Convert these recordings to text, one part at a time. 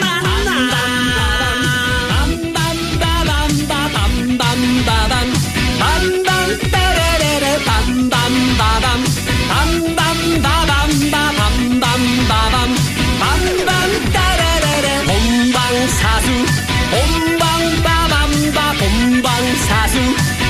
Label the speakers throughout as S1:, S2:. S1: 만남 빰빰빠밤빠밤빰빰빠밤 빰빰빠라라라 빰빰빠밤 빰빰빠밤빠밤빰빰빠밤 빰빰따라라라 본방사수 본방빠밤빠 본방사수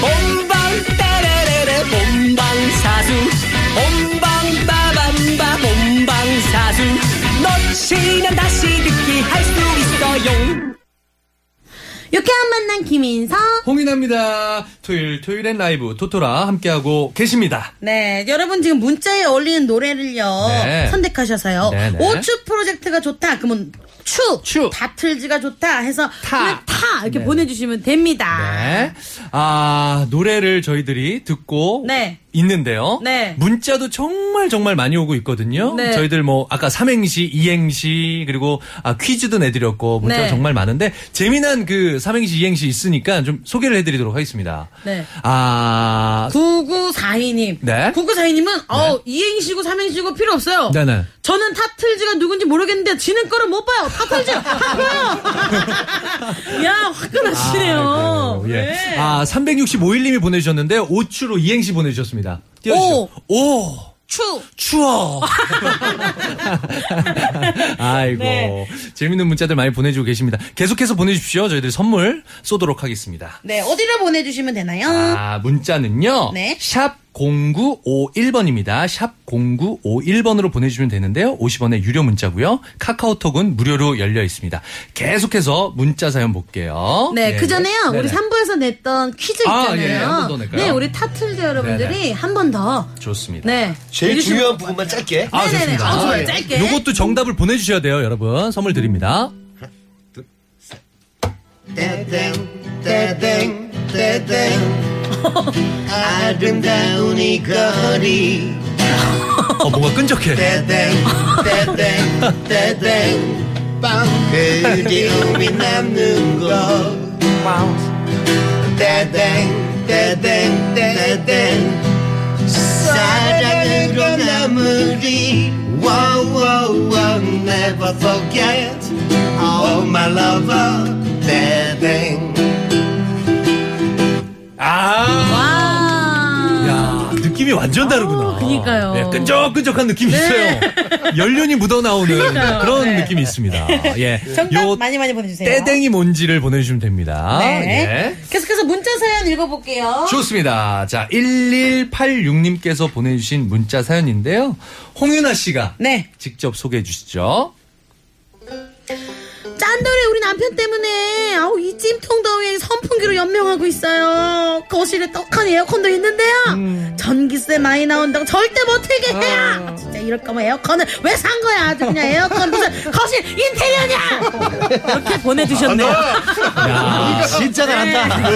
S1: 본방따라라라 본방사수 본방빠밤빠 본방사수 놓치면 다시 듣기 할 수 있어요
S2: 유쾌한 만남 김인성.
S3: 홍인아입니다. 토요일 토요일엔 라이브 토토라 함께하고 계십니다.
S2: 네, 여러분 지금 문자에 어울리는 노래를요
S3: 네.
S2: 선택하셔서요.
S3: 네, 네.
S2: 오추 프로젝트가 좋다. 그러면 추,
S3: 추.
S2: 다틀지가 좋다 해서
S3: 타.
S2: 그냥 타 이렇게 보내주시면 됩니다.
S3: 네. 아, 노래를 저희들이 듣고
S2: 네.
S3: 있는데요.
S2: 네.
S3: 문자도 정말 정말 많이 오고 있거든요.
S2: 네.
S3: 저희들 뭐 아까 삼행시, 이행시 그리고 아, 퀴즈도 내드렸고 문자가
S2: 네.
S3: 정말 많은데 재미난 그 삼행시, 이행시 있으니까 좀 소개를 해드리도록 하겠습니다.
S2: 네.
S3: 아,
S2: 9942님.
S3: 네.
S2: 9942님은, 어, 이행시고 삼행시고 필요 없어요.
S3: 네네.
S2: 저는 타틀즈가 누군지 모르겠는데, 지는 거를 못 봐요. 타틀즈! 하고요! 야, 화끈하시네요.
S3: 아이고, 예.
S2: 네.
S3: 아, 365일님이 보내주셨는데 오추로 이행시 보내주셨습니다. 띄워주시죠. 오.
S2: 추!
S3: 추워. 아이고
S2: 네.
S3: 재밌는 문자들 많이 보내주고 계십니다. 계속해서 보내주십시오. 저희들이 선물 쏘도록 하겠습니다.
S2: 네, 어디로 보내주시면 되나요?
S3: 아 문자는요.
S2: 네.
S3: 샵 0951번입니다. 샵 0951번으로 보내주시면 되는데요. 50원의 유료 문자고요. 카카오톡은 무료로 열려 있습니다. 계속해서 문자 사연 볼게요.
S2: 네, 그 전에요. 우리
S3: 네네.
S2: 3부에서 냈던 퀴즈
S3: 아,
S2: 있잖아요.
S3: 예, 한번더 낼까요?
S2: 네, 우리 타틀즈 여러분들이
S3: 네네.
S2: 한 번 더.
S3: 좋습니다.
S2: 네.
S4: 제일
S2: 내주시면-
S4: 중요한 부분만 짧게.
S3: 아,
S2: 네네네.
S3: 좋습니다.
S2: 아, 좋아요.
S3: 예.
S2: 짧게.
S3: 요것도 정답을 보내주셔야 돼요, 여러분. 선물 드립니다.
S4: 땡, 땡, 땡, 땡. 아름다운 이 거리.
S3: 어, 뭔가 끈적해.
S2: 네.
S4: 땡, 땡, 땡, 땡, 땡. 빵. 그리움이 남는 곳. 땡, 땡, 땡, 땡, 땡, 땡. 사랑으로 남으리. Wow, wow, wow, never forget. Oh, my lover. 땡, 땡.
S3: 아.
S2: 와.
S3: 야 느낌이 완전 다르구나.
S2: 어, 그니까요.
S3: 예, 끈적끈적한 느낌이 있어요. 연륜이 묻어 나오는 그런
S2: 네.
S3: 느낌이 있습니다. 예.
S2: 정답
S3: 요
S2: 많이 많이 보내주세요.
S3: 떼댕이 뭔지를 보내주시면 됩니다.
S2: 네.
S3: 예.
S2: 계속해서 문자 사연 읽어볼게요.
S3: 좋습니다. 자, 1186님께서 보내주신 문자 사연인데요. 홍윤아 씨가
S2: 네.
S3: 직접 소개해 주시죠.
S2: 짠돌이 우리 남편 때문에 아우 이 찜통 더위에 선풍기로 연명하고 있어요. 거실에 떡하니 에어컨도 있는데요. 전기세 많이 나온다고 절대 못 틀게 해요. 진짜 이럴 거면 에어컨을 왜 산 거야? 아주 그냥 에어컨 무슨 거실 인테리어냐? 이렇게 보내주셨네요. 아,
S3: 야,
S2: 그러니까.
S4: 진짜 잘한다.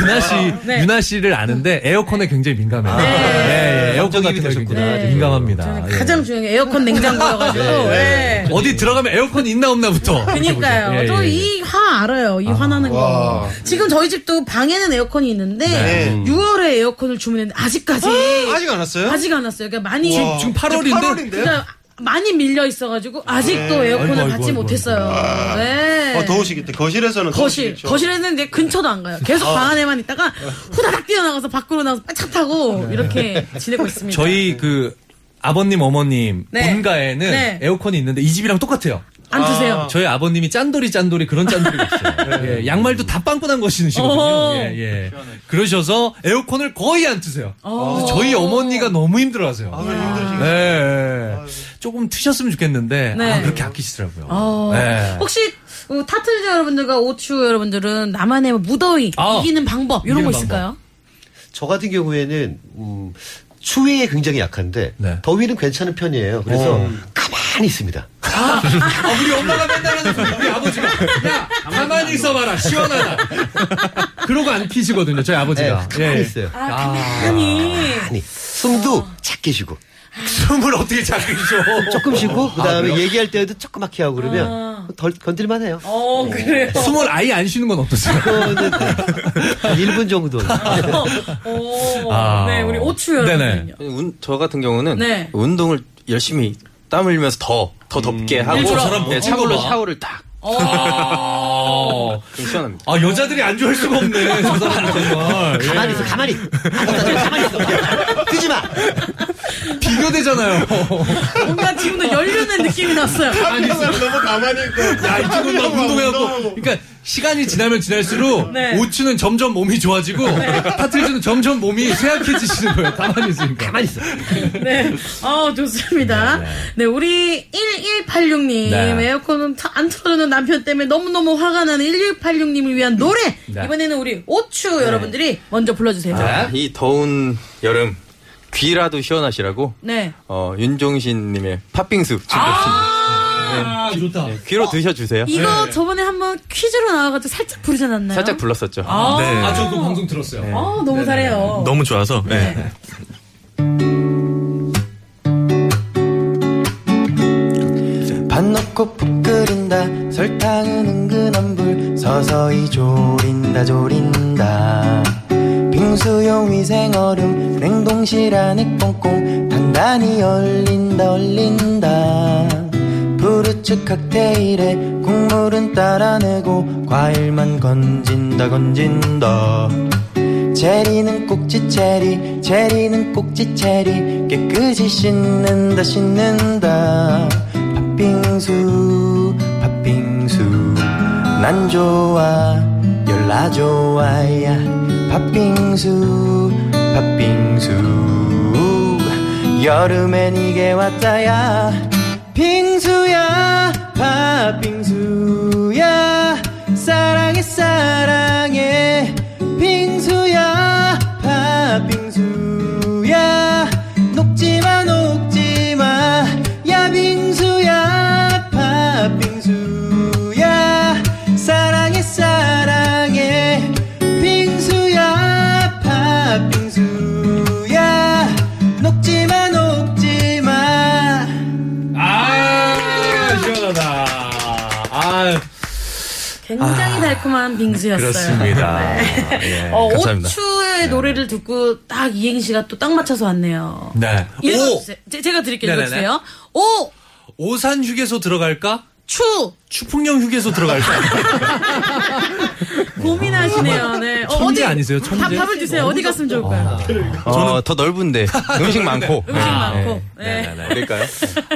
S3: 유나 씨,
S2: 네.
S3: 유나 씨를 아는데 에어컨에 굉장히 민감해요. 예, 예, 에어컨 같은 거에 굉장히 민감합니다. 예.
S2: 네.
S3: 네.
S2: 가장 중요한 게 에어컨 냉장고여가지고. 예.
S3: 어디 들어가면 에어컨 있나 없나부터.
S2: 그니까요.
S3: 예, 예,
S2: 저
S3: 예.
S2: 이 화 알아요. 이 화나는 거. 지금 저희 집도 방에는 에어컨이 있는데
S3: 네.
S2: 6월에 에어컨을 주문했는데 아직까지
S4: 아직 안 왔어요?
S2: 아직 안 왔어요. 그러니까 많이
S3: 지금 8월인데.
S2: 그러니까 많이 밀려 있어가지고 아직도 에어컨을
S3: 네?
S2: 받지
S3: 아이고, 아이고, 아이고, 아, 그렇죠.
S2: 못했어요. 네.
S4: 어, 더우시겠다. 거실에서는
S2: 거실
S4: 더우시겠죠.
S2: 거실에 있는데 근처도 안 가요. 계속
S3: 아.
S2: 방 안에만 있다가 후다닥 뛰어나가서 밖으로 나가서 차 타고 이렇게 지내고 있습니다.
S3: 네. 저희 그 아버님 어머님
S2: 네.
S3: 본가에는
S2: 네.
S3: 에어컨이 있는데 이 집이랑 똑같아요.
S2: 안 드세요.
S3: 저희 아버님이 짠돌이 짠돌이 그런 짠돌이가 있어요. 예, 양말도 다 빵꾸난
S2: 어.
S3: 것이시거든요. 예, 예. 그러셔서 에어컨을 거의 안 트세요. 그래서 저희 어머니가 너무 힘들어하세요. 예, 예. 조금 트셨으면 좋겠는데
S2: 네.
S3: 아, 그렇게 아끼시더라고요.
S2: 어,
S3: 예.
S2: 혹시 어, 타틀즈 여러분들과 오추 여러분들은 나만의 무더위
S3: 아,
S2: 이기는 방법 이런
S3: 이기는
S2: 거 있을까요?
S4: 저 같은 경우에는 음, 추위에 굉장히 약한데
S3: 네. 어.
S4: 더위는 괜찮은 편이에요. 그래서 가만히 있습니다.
S3: 아, 우리 엄마가 맨날 하는 소리, 우리 아버지가. 야, 가만히 있어봐라, 시원하다. 그러고 안 피시거든요, 저희 아버지가. 예.
S4: 네, 가만히 어. 있어요.
S3: 아,
S2: 아니
S4: 아니 숨도 착 작게 쉬고
S3: 숨을 어떻게 잡히죠?
S4: 조금
S3: 아,
S4: 쉬고 그다음에 얘기할 때도 조그맣게 하고
S2: 아.
S4: 그러면 덜 건들만해요. 네,
S2: 어, 그래요.
S3: 숨을 아예 안 쉬는 건 어떠세요?
S4: 한 1분 정도.
S2: 오,
S3: 아.
S2: 네, 우리 오추 여러분요.
S5: 운- 저 같은 경우는
S2: 네.
S5: 운동을 열심히 땀 흘리면서 더, 더 덥게 하고
S2: 일부러. 저 사람
S3: 뭐
S5: 네, 샤워로
S3: 봐.
S5: 샤워를 딱.
S3: 아,
S5: 좀 시원합니다.
S3: 아, 여자들이 안 좋아할 수가 없네. 저 사람 정말.
S4: 가만히 있어,
S3: 예.
S4: 가만히. 안 갖다 줘, 가만히 있어. 뜨지 마.
S3: 비교되잖아요.
S2: 뭔가 지금도 연륜의 느낌이 났어요.
S6: 너무 가만히 있고.
S3: 아, 야, 이 친구 막 운동해갖고. 그러니까 시간이 지나면 지날수록
S2: 네.
S3: 오츠는 점점 몸이 좋아지고 타틀즈는 점점 몸이 쇠약해지시는 거예요. 가만히 있으니까.
S4: 가만히 있어.
S2: 네. 어, 좋습니다. 네, 우리 1186님.
S3: 네.
S2: 에어컨 안 틀어주는 남편 때문에 너무너무 화가 나는 1186님을 위한 노래.
S3: 네.
S2: 이번에는 우리 오추 여러분들이 먼저 불러주세요.
S5: 아, 이 더운 여름 귀라도 시원하시라고
S2: 네.
S5: 어, 윤종신님의 팥빙수 준비했습니다.
S3: 아, 좋다.
S5: 귀로 드셔주세요.
S2: 이거
S3: 네.
S2: 저번에 한번 퀴즈로 나와가지고 살짝 부르지 않았나요?
S5: 살짝 불렀었죠.
S2: 아,
S3: 아, 저그 방송 들었어요.
S2: 아,
S3: 네,
S2: 너무 잘해요.
S6: 너무 좋아서. 네.
S7: 밥 넣고 푹 끓인다 설탕은 은근한 불 서서히 졸인다 졸인다 빙수용 위생얼음 냉동실 안에 꽁꽁 단단히 얼린다 얼린다 부르츠 칵테일에 국물은 따라내고 과일만 건진다 건진다 체리는 꼭지 체리 체리는 꼭지 체리 깨끗이 씻는다 씻는다 팥빙수 팥빙수 난 좋아 열나 좋아야 팥빙수 팥빙수 여름엔 이게 왔다야 빙수야 팥빙수야 사랑해 사랑해 빙수야 팥빙수야 녹지마 녹지마 야 빙수야 팥빙수야 사랑해 사랑해 빙수야 팥빙수야 녹지마 녹지마
S3: 네. 아, 시원하다. 아,
S2: 굉장히 달콤한 빙수였어요.
S3: 그렇습니다. 예,
S2: 어,
S3: 감사합니다. 네.
S2: 오추의 노래를 듣고 딱 이행시가 또 딱 맞춰서 왔네요.
S3: 네. 오!
S2: 읽어주세요. 제, 제가 드릴게요.
S3: 네네네.
S2: 읽어주세요. 오!
S3: 오산 휴게소 들어갈까?
S2: 추!
S3: 추풍령 휴게소 들어갈까?
S2: 고민하시네요. 네. 어,
S3: 아, 천재
S2: 어디-
S3: 아니세요?
S2: 밥,
S3: 천재? 아,
S2: 밥을 주세요. 어디 갔으면 좋을까요?
S5: 어, 더 넓은데 음식 많고.
S2: 음식 많고. 네.
S3: 아, 네, 네, 네.
S5: 그럴까요?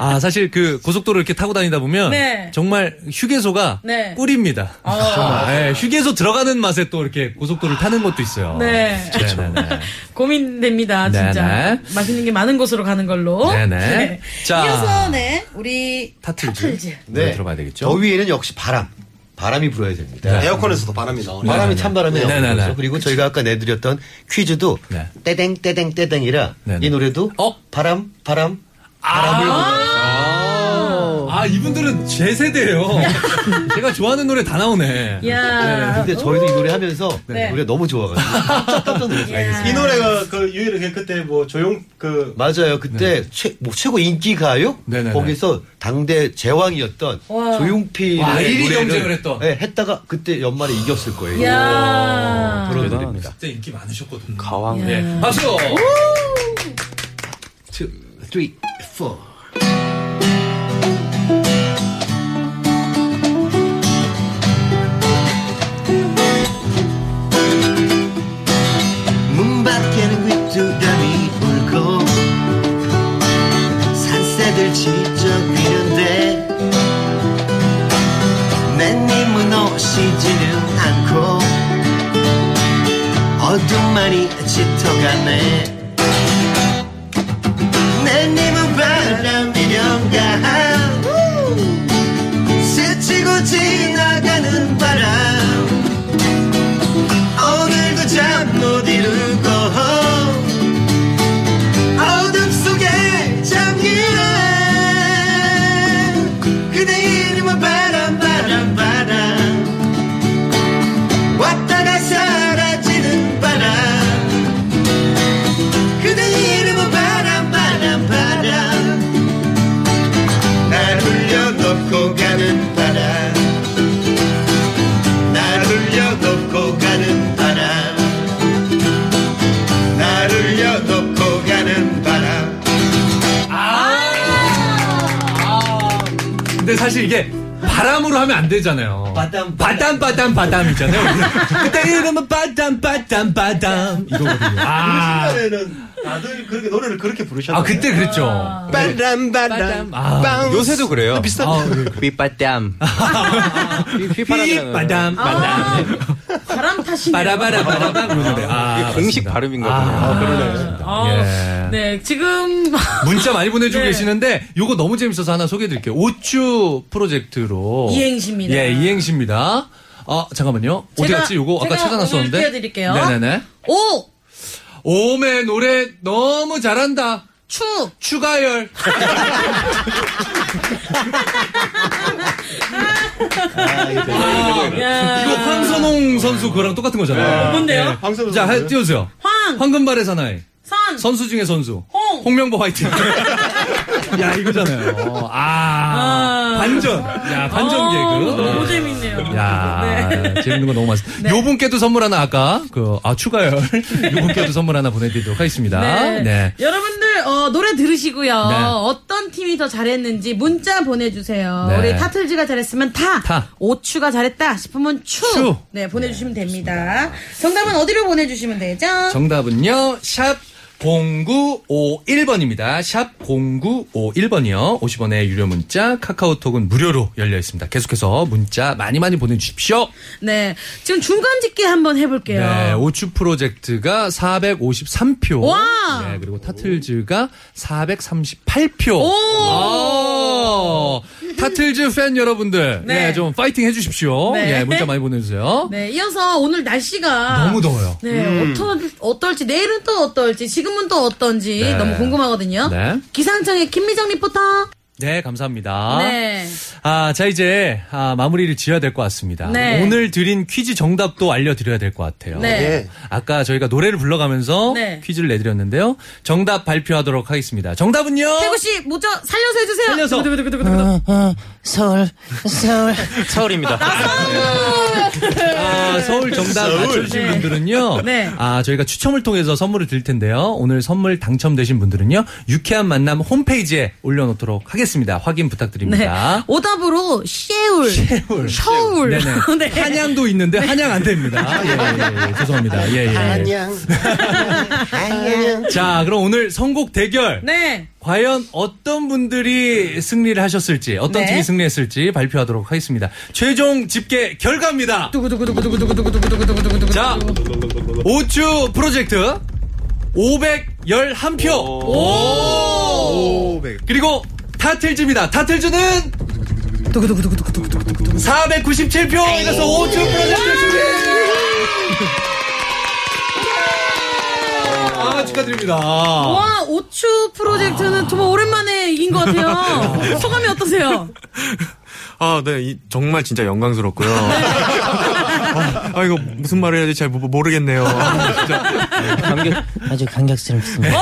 S3: 아, 사실 그 고속도로 이렇게 타고 다니다 보면
S2: 네.
S3: 정말 휴게소가
S2: 네.
S3: 꿀입니다. 정말. 예, 휴게소 들어가는 맛에 또 이렇게 고속도로를 타는 것도 있어요.
S2: 네.
S3: 그렇죠. 네네네.
S2: 고민됩니다, 진짜.
S3: 네네.
S2: 맛있는 게 많은 곳으로 가는 걸로.
S3: 네네.
S2: 네.
S3: 자.
S2: 이어서, 네, 우리
S3: 타틀즈.
S2: 타틀즈.
S7: 네.
S3: 노래 들어봐야 되겠죠?
S4: 네. 더위에는 역시 바람. 바람이 불어야 됩니다.
S6: 에어컨에서도 바람이 나오네.
S4: 바람이 찬바람이
S3: 네, 네,
S4: 나오는
S3: 네.
S4: 거죠. 그리고 저희가 아까 내드렸던 퀴즈도
S3: 네.
S4: 떼댕 떼댕 떼댕이라
S3: 네, 네.
S4: 이 노래도
S3: 어?
S4: 바람 바람
S3: 아, 이분들은 제 세대예요. 제가 좋아하는 노래 다 나오네.
S2: 야
S4: 근데 저희도 이 노래 하면서
S2: 네.
S4: 노래 너무 좋아가지고 깜짝 깜짝 놀랐어요.
S6: 이 노래가 그 유일하게 그때 뭐 조용 그
S4: 맞아요. 그때 최, 뭐 최고 인기 가요?
S3: 네. 네네네.
S4: 거기서 당대 제왕이었던
S2: 와.
S4: 조용필
S3: 와, 아, 일위 경쟁을 했던.
S4: 네, 했다가 그때 연말에 이겼을 거예요.
S3: 네.
S2: 야
S4: 그런 노래입니다.
S3: 진짜 인기 많으셨거든요.
S5: 가왕.
S3: 예. 박수!
S4: 2, 3, 4
S7: 문밖에는 귀뚜라미 울고 산새들 지저귀는데 맨님은 오시지는 않고 어둠만이 짙어가네 맨님은 바람이련가 스치고 지나가는 바람 오늘도 잠 못 이루고 어둠 속에 잠기네 그대 이름은 바람 바람 바람 왔다가 사라지는 바람 바람
S3: 근데 사실 이게 바람으로 하면 안 되잖아요.
S4: 바담,
S3: 바담, 바담, 바담이잖아요. 원래. 그때 이름은 바담, 바담, 바담. 이거거든요. 아,
S6: 옛날에는 그 다들 그렇게 노래를 그렇게 부르셨나요?
S3: 아 그때 그랬죠.
S5: 빠람 빠람
S3: 아.
S5: 빵 요새도 그래요. 비슷한
S3: 아, 네.
S5: 휘빠땀. 휘파람.
S3: 바담, 바담.
S2: 아. 바람 타시네요.
S3: 바라바라, 바라바. 그러는데. 아,
S5: 공식
S3: 맞습니다.
S5: 발음인가 보네요. 어,
S3: 예.
S2: 아, 네, 지금
S3: 문자 많이 보내주고
S2: 네.
S3: 계시는데 요거 너무 재밌어서 하나 소개해드릴게요. 오쭈 프로젝트로
S2: 이행시입니다.
S3: 예, 이행시입니다. 아 잠깐만요. 어디
S2: 제가-
S3: 갔지? 요거 아까
S2: 제가
S3: 찾아놨었는데.
S2: 오늘 띄워드릴게요.
S3: 네네네.
S2: 오,
S3: 오메 노래 너무 잘한다.
S2: 추,
S3: 추가열.
S2: 야.
S3: 아, 이거 황선홍 선수 그거랑 똑같은 거잖아요.
S2: 뭔데요?
S6: 황선홍
S3: 자,
S6: 선수.
S3: 하- 띄워주세요.
S2: 황,
S3: 네. 황금발의 사나이.
S2: 선,
S3: 선수 중에 선수.
S2: 홍.
S3: 홍명보 화이팅. 야, 이거잖아요. 아,
S2: 아.
S3: 반전. 야, 반전
S2: 어,
S3: 개그.
S2: 너무
S3: 네.
S2: 재밌네요.
S3: 야,
S2: 네.
S3: 재밌는 거 너무 많습니다 요분께도 선물 하나 아까 그 아 추가열 요분께도 선물 하나 보내드리도록 하겠습니다.
S2: 네.
S3: 네.
S2: 여러분들 어, 노래 들으시고요.
S3: 네.
S2: 어떤 팀이 더 잘했는지 문자 보내주세요.
S3: 네.
S2: 우리 타틀즈가 잘했으면 타,
S3: 타.
S2: 오추가 잘했다 싶으면 추,
S3: 추.
S2: 네 보내주시면 됩니다. 정답은 어디로 보내주시면 되죠?
S3: 정답은요 샵 0951번입니다. 샵 0951번이요. 50원의 유료 문자, 카카오톡은 무료로 열려 있습니다. 계속해서 문자 많이 많이 보내주십시오.
S2: 네, 지금 중간 집계 한번 해볼게요.
S3: 네, 오추 프로젝트가 453표.
S2: 와!
S3: 네, 그리고 타틀즈가 438표.
S2: 오!
S3: 오! 타틀즈 팬 여러분들,
S2: 네.
S3: 네, 좀 파이팅 해주십시오.
S2: 네.
S3: 네, 문자 많이 보내주세요.
S2: 네, 이어서 오늘 날씨가
S3: 너무 더워요. 음.
S2: 네, 어떠, 어떨지 내일은 또 어떨지 지금은 또 어떤지
S3: 네.
S2: 너무 궁금하거든요.
S3: 네.
S2: 기상청의 김미정 리포터.
S3: 네, 감사합니다.
S2: 네.
S3: 아, 자, 이제, 아, 마무리를 지어야 될 것 같습니다.
S2: 네.
S3: 오늘 드린 퀴즈 정답도 알려드려야 될 것 같아요.
S2: 네.
S3: 아까 저희가 노래를 불러가면서
S2: 네.
S3: 퀴즈를 내드렸는데요. 정답 발표하도록 하겠습니다. 정답은요?
S2: 태구 씨, 뭐죠? 살려서 해주세요.
S3: 살려서.
S2: 두구두구두구두구두구.
S5: 서울입니다.
S3: 아, 서울 정답 맞춰주신
S2: 네.
S3: 분들은요.
S2: 네.
S3: 아, 저희가 추첨을 통해서 선물을 드릴 텐데요. 오늘 선물 당첨되신 분들은요. 유쾌한 만남 홈페이지에 올려놓도록 하겠습니다. 확인
S2: 네.
S3: 부탁드립니다.
S2: 오답으로 시에울,
S3: 셰울.
S2: 셔울.
S3: 네네.
S2: 네.
S3: 한양도 있는데 한양 안 됩니다. 예, 예, 예. 죄송합니다. 예, 예. 자, 그럼 오늘 선곡 대결.
S2: 네.
S3: 과연 어떤 분들이 승리를 하셨을지, 어떤
S2: 네.
S3: 팀이 승리했을지 발표하도록 하겠습니다. 최종 집계 결과입니다.
S2: 두구두구두구두구두구두구두구두구두구.
S3: 자, 오추 프로젝트 511표. 오. 그리고 타틀즈입니다. 타틀즈는 497표. 이래서 오추 프로젝트 승리. 아, 축하드립니다.
S2: 와, 오추 프로젝트는 정말 오랜만에 이긴 것 같아요. 소감이 어떠세요?
S8: 아, 네. 이- 정말 진짜 영광스럽고요. 아, 이거 무슨 말을 해야 될지 잘 모- 모르겠네요.
S9: 아주 감격스럽습니다.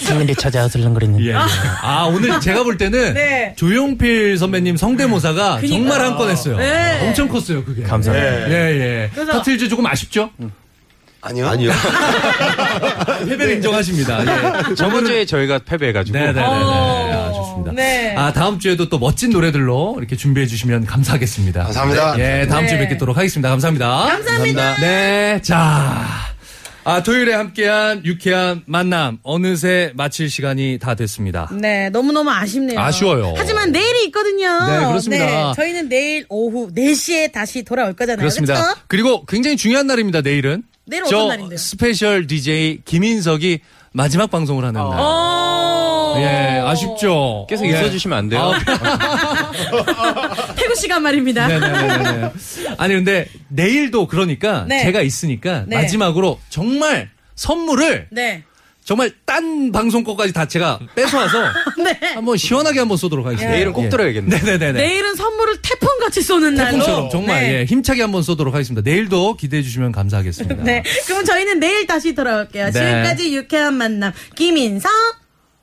S9: 승민이 찾아 어슬렁거리는.
S3: 예. 아, 오늘 제가 볼 때는
S2: 네.
S3: 조용필 선배님 성대모사가 정말 한 건 했어요.
S2: 네.
S3: 엄청 컸어요, 그게.
S9: 감사합니다.
S3: 예, 예.
S2: 그래서-
S3: 타틀즈 조금 아쉽죠?
S4: 아니요. 아니요.
S2: 네.
S3: 패배를 인정하십니다. 예.
S5: 저번 주에 저희가 패배해가지고.
S3: 네네네. 아,
S2: 어.
S3: 좋습니다.
S2: 네.
S3: 아, 다음 주에도 또 멋진 노래들로 이렇게 준비해 주시면 감사하겠습니다.
S4: 감사합니다.
S3: 예, 다음
S2: 네.
S3: 주에 뵙도록 하겠습니다. 감사합니다.
S2: 감사합니다.
S3: 네, 자. 아, 토요일에 함께한 유쾌한 만남. 어느새 마칠 시간이 다 됐습니다.
S2: 네, 너무너무 아쉽네요.
S3: 아쉬워요.
S2: 하지만 내일이 있거든요.
S3: 네, 그렇습니다.
S2: 저희는 내일 오후 4시에 다시 돌아올 거잖아요.
S3: 그렇습니다.
S2: 그쵸?
S3: 그리고 굉장히 중요한 날입니다. 내일은
S2: 네, 내일
S3: 저
S2: 어떤 날인데요?
S3: 스페셜 DJ 김인석이 마지막 방송을 하는 날.
S2: 어.
S3: 예, 아쉽죠.
S5: 계속
S3: 예.
S5: 있어주시면 안 돼요.
S2: 태구 씨가 말입니다.
S3: 아, 네네네네. 아니 근데 내일도 그러니까
S2: 네.
S3: 제가 있으니까
S2: 네.
S3: 마지막으로 정말 선물을
S2: 네.
S3: 정말 딴 방송 거까지 다 제가 뺏어와서
S2: 네.
S3: 한번 시원하게 한번 쏘도록 하겠습니다.
S5: 내일은 꼭
S3: 예.
S5: 들어야겠네.
S3: 네네네네.
S2: 내일은 선물을 태풍같이 쏘는 날로.
S3: 태풍처럼 정말
S2: 네.
S3: 예, 힘차게 한번 쏘도록 하겠습니다. 내일도 기대해 주시면 감사하겠습니다.
S2: 네. 그럼 저희는 내일 다시 돌아올게요.
S3: 네.
S2: 지금까지 유쾌한 만남 김인성.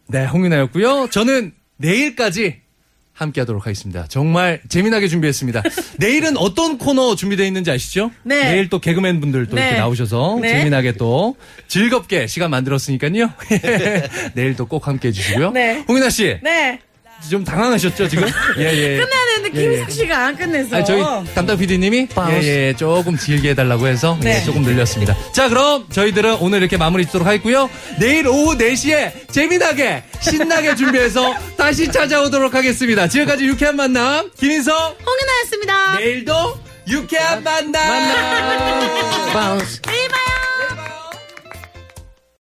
S3: 네, 홍윤아였고요. 저는 내일까지 함께 하도록 하겠습니다. 정말 재미나게 준비했습니다. 내일은 어떤 코너 준비되어 있는지 아시죠?
S2: 네.
S3: 내일 또 개그맨 분들 또
S2: 네.
S3: 이렇게 나오셔서
S2: 네.
S3: 재미나게 또 즐겁게 시간 만들었으니까요. 내일 또 꼭 함께 해주시고요.
S2: 네.
S3: 홍인아 씨.
S2: 네.
S3: 좀 당황하셨죠, 지금? 예, 예.
S2: 끝나는데
S3: 예, 예.
S2: 김희석 씨가 안 끝내서.
S3: 아, 저희 담당 PD님이 예, 예, 조금 길게 해달라고 해서
S2: 네.
S3: 예, 조금 늘렸습니다. 자, 그럼 저희들은 오늘 이렇게 마무리 짓도록 하겠고요. 내일 오후 4시에 재미나게, 신나게 준비해서 다시 찾아오도록 하겠습니다. 지금까지 유쾌한 만남, 김인석,
S2: 홍윤아였습니다.
S3: 내일도 유쾌한 만남!
S9: Bounce.